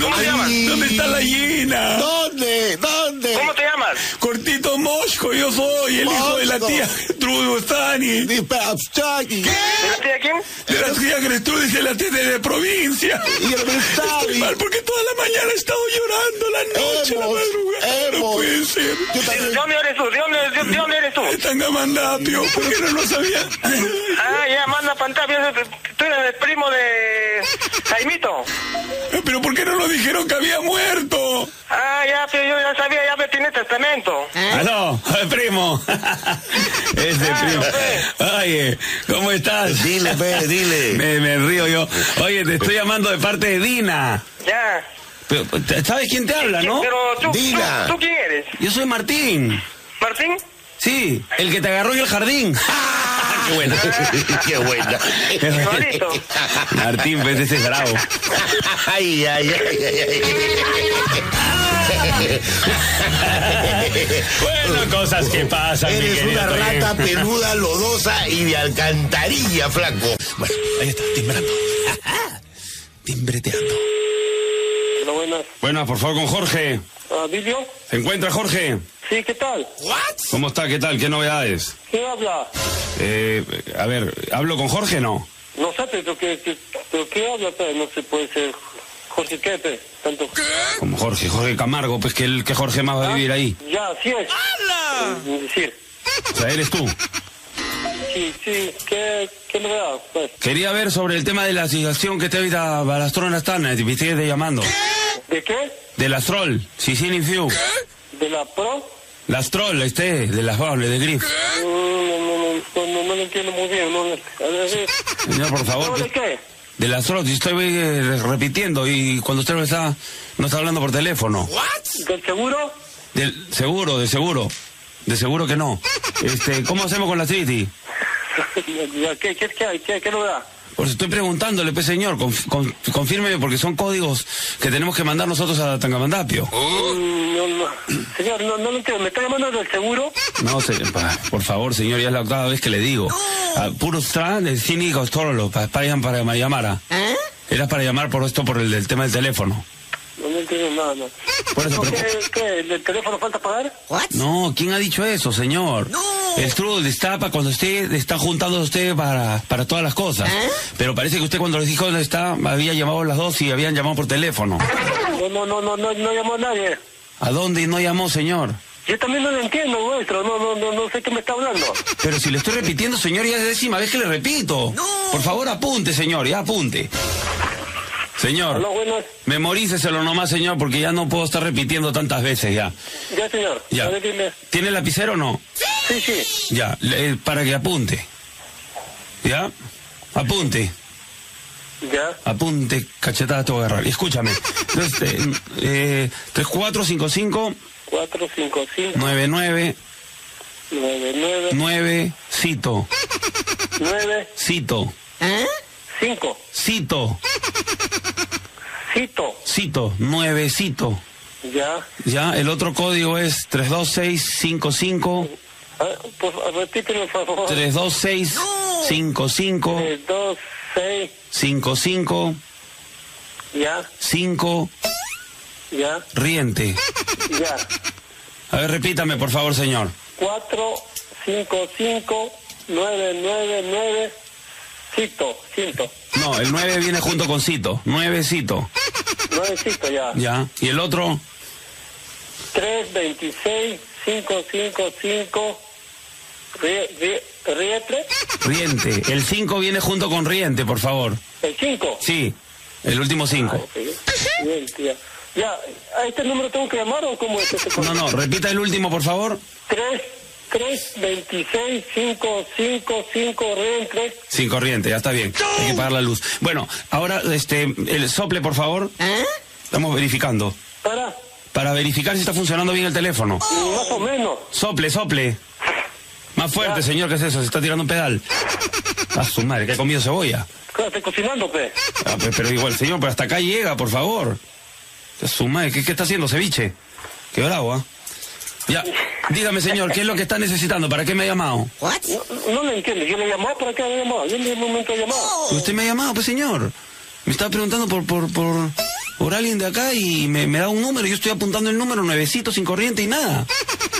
Speaker 8: ¿Cómo te llamas?
Speaker 3: ¿Dónde, dónde está la gallina?
Speaker 5: ¿Dónde? ¿Dónde?
Speaker 8: ¿Cómo te llamas?
Speaker 3: Cortito Mosco, yo soy el hijo de la
Speaker 5: Mosco.
Speaker 3: tía Gertrude Stani.
Speaker 5: Ni pa- Chucky.
Speaker 8: ¿De la tía quién?
Speaker 3: De la tía Gertrude de la tía de, de provincia.
Speaker 5: Y el
Speaker 3: Estoy
Speaker 5: Bestari.
Speaker 3: mal porque toda la mañana he estado llorando, la noche, la
Speaker 5: Hemos,
Speaker 3: madrugada. No
Speaker 5: hemos.
Speaker 3: puede ser.
Speaker 5: Yo
Speaker 8: ¿De
Speaker 5: también.
Speaker 8: dónde eres tú? ¿De dónde, de- de dónde eres tú?
Speaker 3: Están gamandapio, ¿por qué no
Speaker 5: *laughs*
Speaker 3: lo sabían?
Speaker 8: Ah, ya, manda pantalla. Tú eres el primo de Jaimito.
Speaker 3: Pero ¿por qué no nos dijeron que había muerto?
Speaker 8: Ah, ya, pero yo ya sabía, ya me tiene testamento.
Speaker 3: Aló, eh, *laughs* primo. Este
Speaker 8: Claro,
Speaker 3: primo.
Speaker 8: pues.
Speaker 3: Oye, ¿cómo estás?
Speaker 5: Dile, pe, *laughs* dile.
Speaker 3: Me, me río yo. Oye, te estoy llamando de parte de Dina.
Speaker 8: Ya.
Speaker 3: Pero, ¿Sabes quién te habla, no?
Speaker 8: Pero tú, tú,
Speaker 5: Dila.
Speaker 8: ¿tú quién eres?
Speaker 3: Yo soy Martín.
Speaker 8: ¿Martín?
Speaker 3: Sí, el que te agarró en el jardín. *laughs* ¡Ah! ¡Qué buena!
Speaker 5: ¡Qué *laughs* buena!
Speaker 19: Igualito.
Speaker 3: Martín, pues ese es bravo.
Speaker 5: Ay, ay, ay, ay,
Speaker 19: bueno, cosas que pasan. mi
Speaker 5: Eres
Speaker 19: querido
Speaker 5: una
Speaker 19: Toñín.
Speaker 5: rata peluda, lodosa y de alcantarilla, flaco.
Speaker 20: Bueno, ahí está, timbrando. Timbreteando.
Speaker 8: Bueno, buenas.
Speaker 3: Buenas, por favor, con Jorge.
Speaker 8: Ah, ¿Emilio?
Speaker 3: ¿Se encuentra Jorge?
Speaker 8: Sí, ¿qué tal?
Speaker 3: ¿Cómo está? ¿Qué tal? ¿Qué novedades?
Speaker 8: ¿Qué habla?
Speaker 3: Eh, a ver, ¿hablo con Jorge no?
Speaker 8: No sé, pero ¿qué, qué, pero qué habla? pe? No se puede ser Jorge Quepe, tanto...
Speaker 3: Como Jorge, Jorge Camargo, pues que, el, que Jorge más
Speaker 5: Ah.
Speaker 3: va a vivir ahí.
Speaker 8: Ya, así es. ¡Habla! decir,
Speaker 3: O sea, eres tú.
Speaker 8: sí, sí, ¿qué, qué novedad? Pues,
Speaker 3: Quería ver sobre el tema de la situación que te ahorita Balastrona Stana, te viste de llamando.
Speaker 8: ¿De qué?
Speaker 3: Del Astrol, Sicily Few.
Speaker 8: ¿De la pro?
Speaker 3: La Astrol, este, de las bables, de Griff.
Speaker 8: Mm, No, no, no, no, no, no lo entiendo muy bien. No, no, a ver, a ver.
Speaker 3: Señor, por
Speaker 12: Oh,
Speaker 3: favor.
Speaker 8: ¿De qué?
Speaker 3: De las Astrol, si estoy eh, repitiendo y cuando usted me está, no está hablando por teléfono.
Speaker 8: ¿Del seguro? *laughs*
Speaker 3: Del seguro, de seguro. De seguro que no. Este, ¿cómo hacemos con la City?
Speaker 8: Ya, ¿Qué, qué, qué, hay? qué, qué novedad?
Speaker 3: Pues estoy preguntándole, pues señor, conf- con- confírmeme porque son códigos que tenemos que mandar nosotros a Tangamandapio.
Speaker 8: Mm, No, no. Señor, no, no lo entiendo. ¿Me está llamando del seguro?
Speaker 3: No, se- pa- por favor, señor, ya es la octava vez que le digo. Ah, puro strand, el cínico, tórolo, para para llamar. Era para llamar por esto, por el, del tema del teléfono.
Speaker 8: No, no entiendo nada, no.
Speaker 3: Por eso,
Speaker 8: ¿Qué, qué? ¿El teléfono falta pagar?
Speaker 3: No, ¿quién ha dicho eso, señor? El truco destapa cuando usted está juntando a usted para, para todas las cosas. Pero parece que usted cuando les dijo dónde está, había llamado a las dos y habían llamado por teléfono.
Speaker 8: No, no, no, no, no, no llamó a nadie.
Speaker 3: ¿A dónde no llamó, señor?
Speaker 8: Yo también no lo entiendo, vuestro. No, no, no, no sé qué me está hablando.
Speaker 3: Pero si le estoy repitiendo, señor, ya es décima vez que le repito. Por favor, apunte, señor, ya apunte. Señor, memoríceselo nomás, señor, porque ya no puedo estar repitiendo tantas veces ya.
Speaker 8: Ya, señor.
Speaker 3: Ya.
Speaker 8: A ver, dime.
Speaker 3: ¿Tiene lapicero o no?
Speaker 8: Sí, sí.
Speaker 3: Ya, le- eh, para que apunte. ¿Ya? Apunte.
Speaker 8: Ya.
Speaker 3: Apunte, cachetada te voy a agarrar. Y Escúchame. Este, eh, 3455
Speaker 8: Cuatro, cinco, cinco,
Speaker 3: 99
Speaker 8: nueve, nueve,
Speaker 3: 9 cito.
Speaker 8: nueve,
Speaker 3: Cito.
Speaker 8: cinco.
Speaker 3: Cito.
Speaker 8: Cito.
Speaker 3: Cito. Nuevecito.
Speaker 8: Ya.
Speaker 3: Ya, el otro código es 32655.
Speaker 8: Ah, por fa- repíteme, por favor. Eh,
Speaker 3: 32655.
Speaker 8: 2, 6,
Speaker 3: 55.
Speaker 8: ya,
Speaker 3: 5.
Speaker 8: ya,
Speaker 3: Riente.
Speaker 8: ya.
Speaker 3: A ver, repítame, por favor, señor.
Speaker 8: 4, 5, 5, 9, 9, 9, cito, cinto.
Speaker 3: No, el 9 viene junto con Cito. 9 Cito.
Speaker 8: 9, cito, ya.
Speaker 3: Ya. Y el otro,
Speaker 8: 3, 26, 5, 5, 5, rie- rie- rietre,
Speaker 3: Riente. El 5 viene junto con Riente, por favor.
Speaker 8: el 5.
Speaker 3: Sí. El último 5.
Speaker 8: Bien, tía. Ya, ¿a este número tengo que llamar o cómo es este?
Speaker 3: No, no, repita el último, por favor.
Speaker 8: 3, 3, 26, 5, 5, 5, rietre.
Speaker 3: Sin corriente, ya está bien. Hay que pagar la luz. Bueno, ahora, este, el sople, por favor. Estamos verificando.
Speaker 8: ¿Para?
Speaker 3: Para verificar si está funcionando bien el teléfono.
Speaker 8: Más o menos.
Speaker 3: Sople, sople. Más fuerte, señor, ¿qué es eso? Se está tirando un pedal. A su madre, que ha comido cebolla.
Speaker 8: Claro, estoy cocinando, pe.
Speaker 3: Ah, pe- pero igual, señor, pero hasta acá llega, por favor. A su madre, ¿qué, qué está haciendo, ceviche? Qué bravo, ¿ah? Ya, dígame, señor, ¿qué es lo que está necesitando? ¿Para qué me ha llamado?
Speaker 8: No, no le entiendo. Yo le llamaba, ¿para qué le llamaba? Yo en ningún momento he llamado.
Speaker 3: Usted me ha llamado, pues señor. Me estaba preguntando por por por, por alguien de acá y me, me da un número. Yo estoy apuntando el número nuevecito, sin corriente y nada.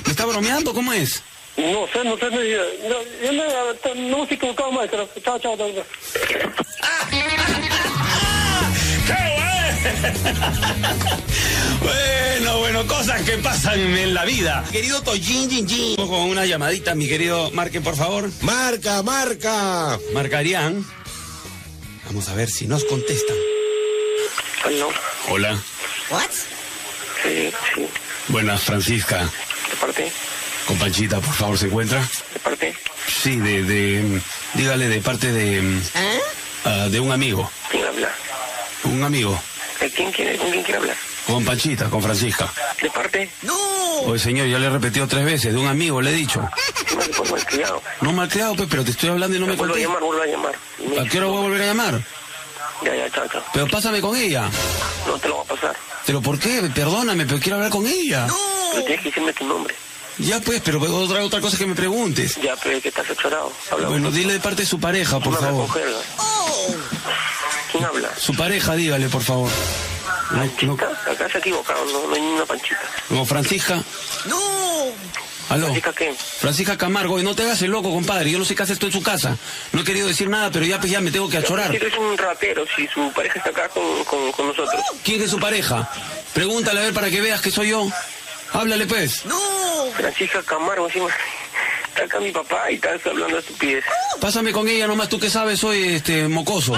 Speaker 3: ¿Me está bromeando? ¿Cómo es?
Speaker 8: No sé, no sé. No, yo- yo no, no me he equivocado, maestro. Chao, chao, chao. chao.
Speaker 3: Bueno, bueno, cosas que pasan en la vida. Querido Toyin, Jin, Jin. Vamos Con una llamadita, mi querido Marque, por favor.
Speaker 5: Marca, marca.
Speaker 3: Marcarían. Vamos a ver si nos contestan.
Speaker 8: Hola.
Speaker 3: Hola.
Speaker 8: ¿What? Sí, Eh, sí.
Speaker 3: Buenas, Francisca.
Speaker 8: ¿De parte?
Speaker 3: Con Panchita, por favor, ¿se encuentra?
Speaker 8: ¿De parte?
Speaker 3: Sí, de, de dígale de parte de ah, de un amigo.
Speaker 8: ¿Quién habla?
Speaker 3: Un amigo.
Speaker 8: ¿De quién quiere, ¿Con quién quiere hablar?
Speaker 12: Con Panchita, con Francisca.
Speaker 8: ¿De parte? ¡No!
Speaker 12: Oye, señor, ya le he repetido tres veces, de un amigo le he dicho.
Speaker 8: Por malcriado.
Speaker 12: No malcriado, pues, pero te estoy hablando y no me
Speaker 8: Vuelvo a
Speaker 12: contestas.
Speaker 8: llamar, vuelvo a llamar.
Speaker 12: ¿A qué hora voy a volver a llamar?
Speaker 8: Ya, ya, chao, chao.
Speaker 12: Pero pásame con ella.
Speaker 8: No te lo va a pasar.
Speaker 12: ¿Pero por qué? Perdóname, pero quiero hablar con ella.
Speaker 8: Pero tienes que decirme tu nombre.
Speaker 12: Ya pues, pero otra, otra cosa que me preguntes.
Speaker 8: Ya, pero es que estás exorado.
Speaker 12: Bueno, dile de parte de su pareja, por favor. Oh.
Speaker 8: ¿Quién habla?
Speaker 12: Su pareja, dígale, por favor. No, no-
Speaker 8: Acá se ha equivocado, no, no hay ni una panchita.
Speaker 12: no, Francisca.
Speaker 8: ¡No!
Speaker 12: Aló.
Speaker 8: ¿Francisca qué?
Speaker 12: Francisca Camargo, y no te hagas el loco, compadre. Yo no sé qué haces tú en su casa. No he querido decir nada, pero ya pues ya me tengo que achorar.
Speaker 8: Si eres un ratero, si su pareja está acá con, con, con nosotros.
Speaker 12: ¿Quién es su pareja? Pregúntale a ver para que veas que soy yo. Háblale pues.
Speaker 8: ¡No! Francisca Camargo, encima. Está acá mi papá y estás hablando de estupidez.
Speaker 12: Pásame con ella nomás, tú que sabes, soy este mocoso.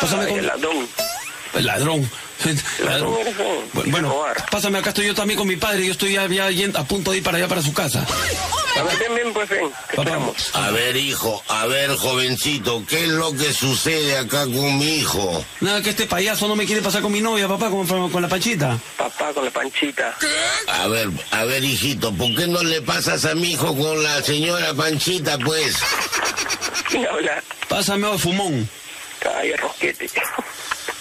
Speaker 12: Pásame
Speaker 8: Ay,
Speaker 12: con
Speaker 8: el ladrón.
Speaker 12: El ladrón. Ladrón. Bueno, bueno, pásame, acá estoy yo también con mi padre. Yo estoy ya, ya yendo- a punto de ir para allá, para su casa.
Speaker 8: A ver, ven, ven, pues ven.
Speaker 5: A ver, hijo, a ver, jovencito, ¿qué es lo que sucede acá con mi hijo?
Speaker 12: Nada, que este payaso no me quiere pasar con mi novia, papá, con, con la panchita.
Speaker 8: Papá con la
Speaker 12: *laughs*
Speaker 8: panchita.
Speaker 5: A ver, a ver, hijito, ¿por qué no le pasas a mi hijo con la señora Panchita, pues?
Speaker 8: ¿Quién habla?
Speaker 12: Pásame, oh, fumón.
Speaker 8: Ay,
Speaker 12: *laughs*
Speaker 8: rosquete.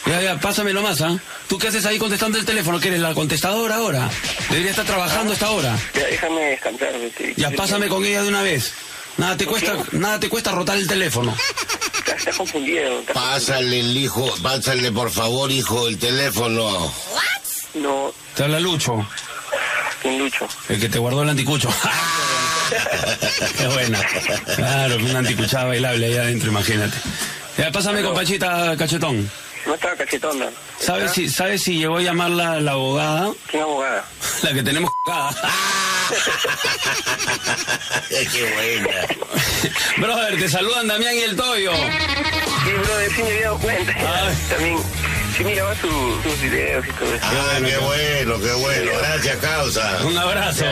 Speaker 12: Ya, ya, pásame nomás, ¿ah? ¿Tú qué haces ahí contestando el teléfono? ¿Que eres la contestadora ahora? Debería estar trabajando a esta hora.
Speaker 8: Ya, déjame descansar. vete.
Speaker 12: Ya, pásame con ella de una vez. Nada te cuesta, nada te cuesta rotar el teléfono.
Speaker 8: Está confundido.
Speaker 5: Pásale el hijo, pásale por favor, hijo, el teléfono.
Speaker 8: No.
Speaker 12: Te habla Lucho.
Speaker 8: ¿Quién Lucho?
Speaker 12: El que te guardó el anticucho. *laughs* Qué buena. Claro, un anticuchada bailable ahí adentro, imagínate. Ya, pásame con Pachita Cachetón.
Speaker 8: No estaba cachetona.
Speaker 12: ¿Sabes si, ¿Sabes si llegó a llamar la, la abogada? *laughs*
Speaker 8: ¿Quién abogada?
Speaker 12: La que tenemos
Speaker 5: Eh, Qué buena.
Speaker 12: *laughs* Brother, te saludan Damián y el Toyo.
Speaker 8: Sí, brother, sí me había dado cuenta. *laughs* También, sí miraba su- sus videos y todo eso.
Speaker 5: Ah, qué bueno, qué bueno. Gracias, causa.
Speaker 12: Un abrazo.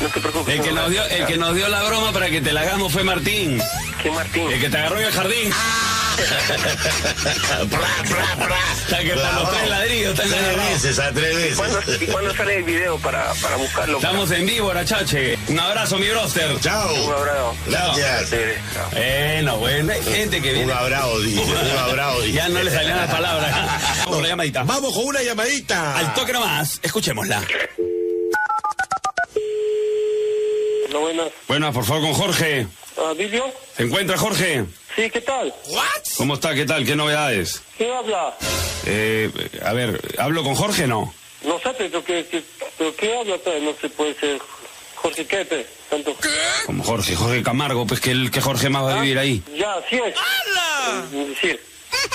Speaker 8: No te preocupes.
Speaker 12: El que, nos dio, el que nos dio la broma para que te la hagamos fue Martín.
Speaker 8: ¿Qué Martín?
Speaker 12: El que te agarró en el jardín. Está que para los tres ladrillos, está en la
Speaker 5: Tres
Speaker 12: agarrado.
Speaker 5: veces, a tres
Speaker 8: ¿Y cuándo, y cuándo sale el video para, para buscarlo?
Speaker 12: Estamos en víbora, chache. Un abrazo, mi broster.
Speaker 5: Chao.
Speaker 8: Un abrazo.
Speaker 5: Gracias.
Speaker 12: Bueno, bueno, hay gente que viene.
Speaker 5: Un abrazo, dice. Un abrazo, dice.
Speaker 12: Ya Ah, no le salían las palabras. *laughs* Vamos con la llamadita. Vamos con una llamadita. Al toque nomás, escuchémosla.
Speaker 21: No, bueno.
Speaker 12: Bueno, por favor, con Jorge.
Speaker 21: Ah, ¿Bilio?
Speaker 12: ¿Se encuentra Jorge?
Speaker 21: Sí, ¿qué tal?
Speaker 12: ¿Cómo está? ¿Qué tal? ¿Qué novedades?
Speaker 21: ¿Quién habla?
Speaker 12: Eh, a ver, ¿hablo con Jorge o no?
Speaker 21: No sé, pero ¿qué, qué, pero ¿qué habla? Pues? No se puede ser Jorge Quepe. Tanto...
Speaker 12: Como Jorge, Jorge Camargo, pues que, el, que Jorge más va a vivir ahí.
Speaker 21: Ya, así es. ¡Habla! Es decir,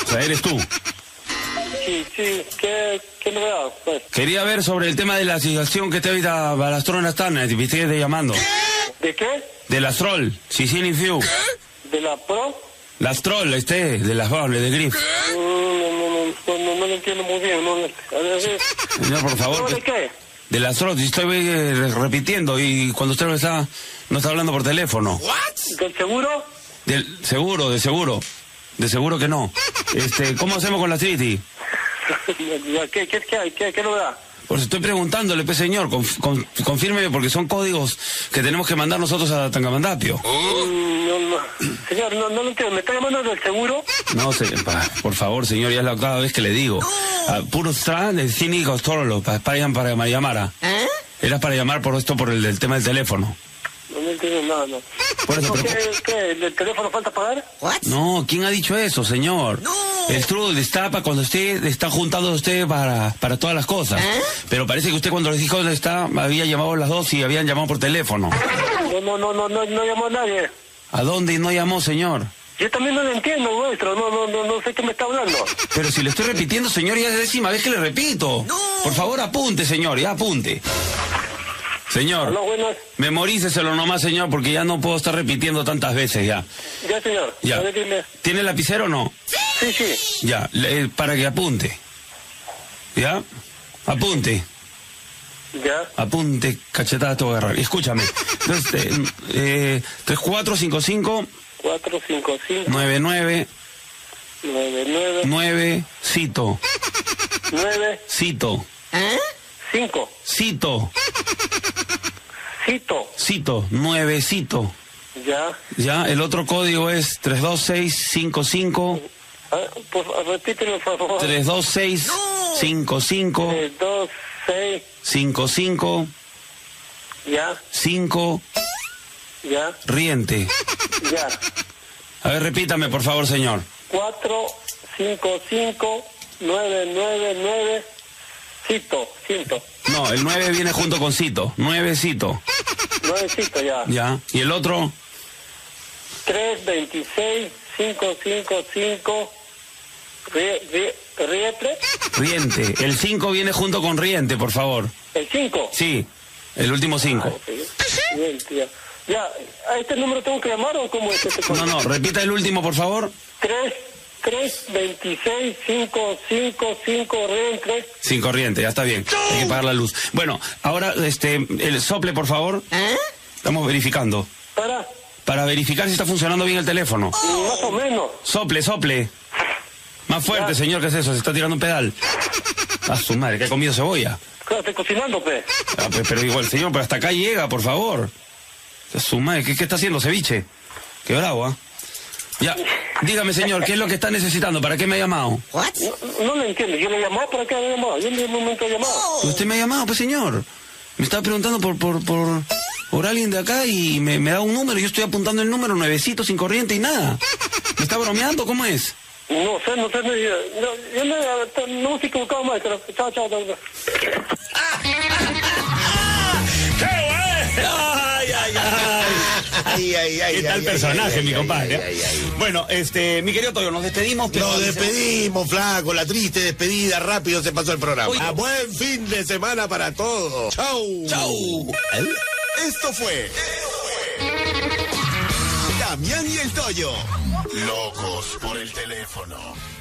Speaker 12: O sea, eres tú.
Speaker 21: sí, sí, ¿qué, qué novedad? Pues,
Speaker 12: Quería ver sobre el tema de la situación que te ahorita Balastrón están, eh, viste que te llamando.
Speaker 21: ¿de qué?
Speaker 12: Del Astrol, Sicily Few.
Speaker 21: ¿De la pro?
Speaker 12: La Astrol, este, de las Bables, de Griff.
Speaker 21: Mm, No, no, no, no, no, no lo entiendo muy bien. No, no. A ver, a
Speaker 12: *laughs*
Speaker 21: ver.
Speaker 12: Señor, por favor.
Speaker 21: ¿De
Speaker 12: que-
Speaker 21: qué?
Speaker 12: Del Astrol, si estoy eh, repitiendo y cuando usted no está, no está hablando por teléfono.
Speaker 21: ¿Del seguro? *laughs*
Speaker 12: Del seguro, de seguro. De seguro que no. Este, ¿cómo hacemos con la City?
Speaker 21: Ya, ¿Qué, qué, qué hay? ¿Qué, qué novedad?
Speaker 12: Pues estoy preguntándole, pues señor, conf- con- confírmeme porque son códigos que tenemos que mandar nosotros a Tangamandapio.
Speaker 21: Mm, No,
Speaker 12: *clears throat*
Speaker 21: no. Señor, no, no lo entiendo. ¿Me está llamando del seguro?
Speaker 12: No, se- pa- por favor, señor, ya es la octava vez que le digo. Ah, puro tra del cine y Costolo, pa- para, para llamar. Era para llamar por esto, por el del tema del teléfono.
Speaker 21: No, no entiendo nada, no.
Speaker 12: Por eso,
Speaker 21: No,
Speaker 12: pero-
Speaker 21: ¿Qué, qué? ¿El teléfono falta pagar?
Speaker 12: No, ¿quién ha dicho eso, señor? El trudel destapa cuando usted está juntando a usted para, para todas las cosas. Pero parece que usted cuando les dijo está, había llamado a las dos y habían llamado por teléfono.
Speaker 21: No, no, no, no, no, no llamó a nadie.
Speaker 12: ¿A dónde no llamó, señor?
Speaker 21: Yo también no lo entiendo, vuestro. No, no, no, no sé qué me está hablando.
Speaker 12: Pero si le estoy repitiendo, señor, ya es décima vez que le repito. Por favor, apunte, señor, ya apunte. Señor,
Speaker 21: No, bueno,
Speaker 12: memoríceselo nomás, señor, porque ya no puedo estar repitiendo tantas veces ya.
Speaker 21: ya, señor.
Speaker 12: Ya.
Speaker 21: A ver, dime.
Speaker 12: ¿Tiene lapicero o no?
Speaker 21: Sí, sí.
Speaker 12: Ya, le- eh, para que apunte. ¿Ya? Apunte.
Speaker 21: Ya.
Speaker 12: Apunte, cachetada, te voy a agarrar. Escúchame. Entonces, eh, 3455
Speaker 21: Cuatro, cinco, cinco, nueve,
Speaker 12: 99
Speaker 21: nueve,
Speaker 12: 9 cito
Speaker 21: nueve.
Speaker 12: cito
Speaker 13: Cinco.
Speaker 3: Cito.
Speaker 13: Cito.
Speaker 3: Cito, nuevecito.
Speaker 13: Ya.
Speaker 3: Ya, el otro código es 32655.
Speaker 13: Ah, por,
Speaker 21: pues,
Speaker 13: repítelo, por favor.
Speaker 3: 32655.
Speaker 21: Eh,
Speaker 13: 2, 6,
Speaker 3: 55.
Speaker 13: ya,
Speaker 3: 5.
Speaker 13: ya,
Speaker 3: Riente.
Speaker 13: ya.
Speaker 3: A ver, repítame, por favor, señor.
Speaker 13: 4, 5, 5, 9, 9, 9. Cito, cinto.
Speaker 3: No, el 9 viene junto con Cito. Nuevecito.
Speaker 13: Nuevecito ya.
Speaker 3: Ya. ¿Y el otro?
Speaker 13: 3, 26, 5, 5, 5. Rie, rie, rietre.
Speaker 3: Riente. El 5 viene junto con Riente, por favor.
Speaker 13: El 5.
Speaker 3: Sí, el último 5.
Speaker 13: Bien, tía. Ya, ¿a este número tengo que llamar o cómo es este
Speaker 3: No, no, repita el último, por favor.
Speaker 13: 3, 3, 26, 5, 5, 5, reentres.
Speaker 3: Sin corriente, ya está bien. Hay que pagar la luz. Bueno, ahora este, el sople, por favor. Estamos verificando.
Speaker 13: ¿Para?
Speaker 3: Para verificar si está funcionando bien el teléfono.
Speaker 13: Más o menos.
Speaker 3: Sople, sople. Más fuerte, señor, ¿qué es eso? Se está tirando un pedal. A su madre, que ha comido cebolla.
Speaker 13: Claro, estoy cocinando, pe.
Speaker 3: Ah, pe- pero igual, señor, pero hasta acá llega, por favor. A su madre, ¿qué, qué está haciendo ceviche? Qué bravo, ¿ah? Ya, dígame, señor, ¿qué es lo que está necesitando? ¿Para qué me ha llamado?
Speaker 13: No, no me entiendo. Yo le he llamado, ¿para qué le he llamado? Yo en ningún momento he llamado.
Speaker 3: Usted me ha llamado, pues señor. Me estaba preguntando por por por, por alguien de acá y me, me da un número. Yo estoy apuntando el número, nuevecito, sin corriente y nada. ¿Me está bromeando? ¿Cómo es?
Speaker 13: No sé, no sé. No, yo- yo no, no me estoy equivocado, maestro. Chao, chao, chao. chao.
Speaker 12: ¡Qué bueno! ¡Ay, ay, ay! ¿Qué tal personaje, mi compadre? Bueno, este, mi querido Toyo, nos despedimos. pero-
Speaker 5: Nos despedimos, flaco. La triste despedida. Rápido se pasó el programa. A buen fin de semana para todos. Chau. ¿Eh? Chau.
Speaker 22: Esto fue. Damián y el Toyo. Locos por el teléfono.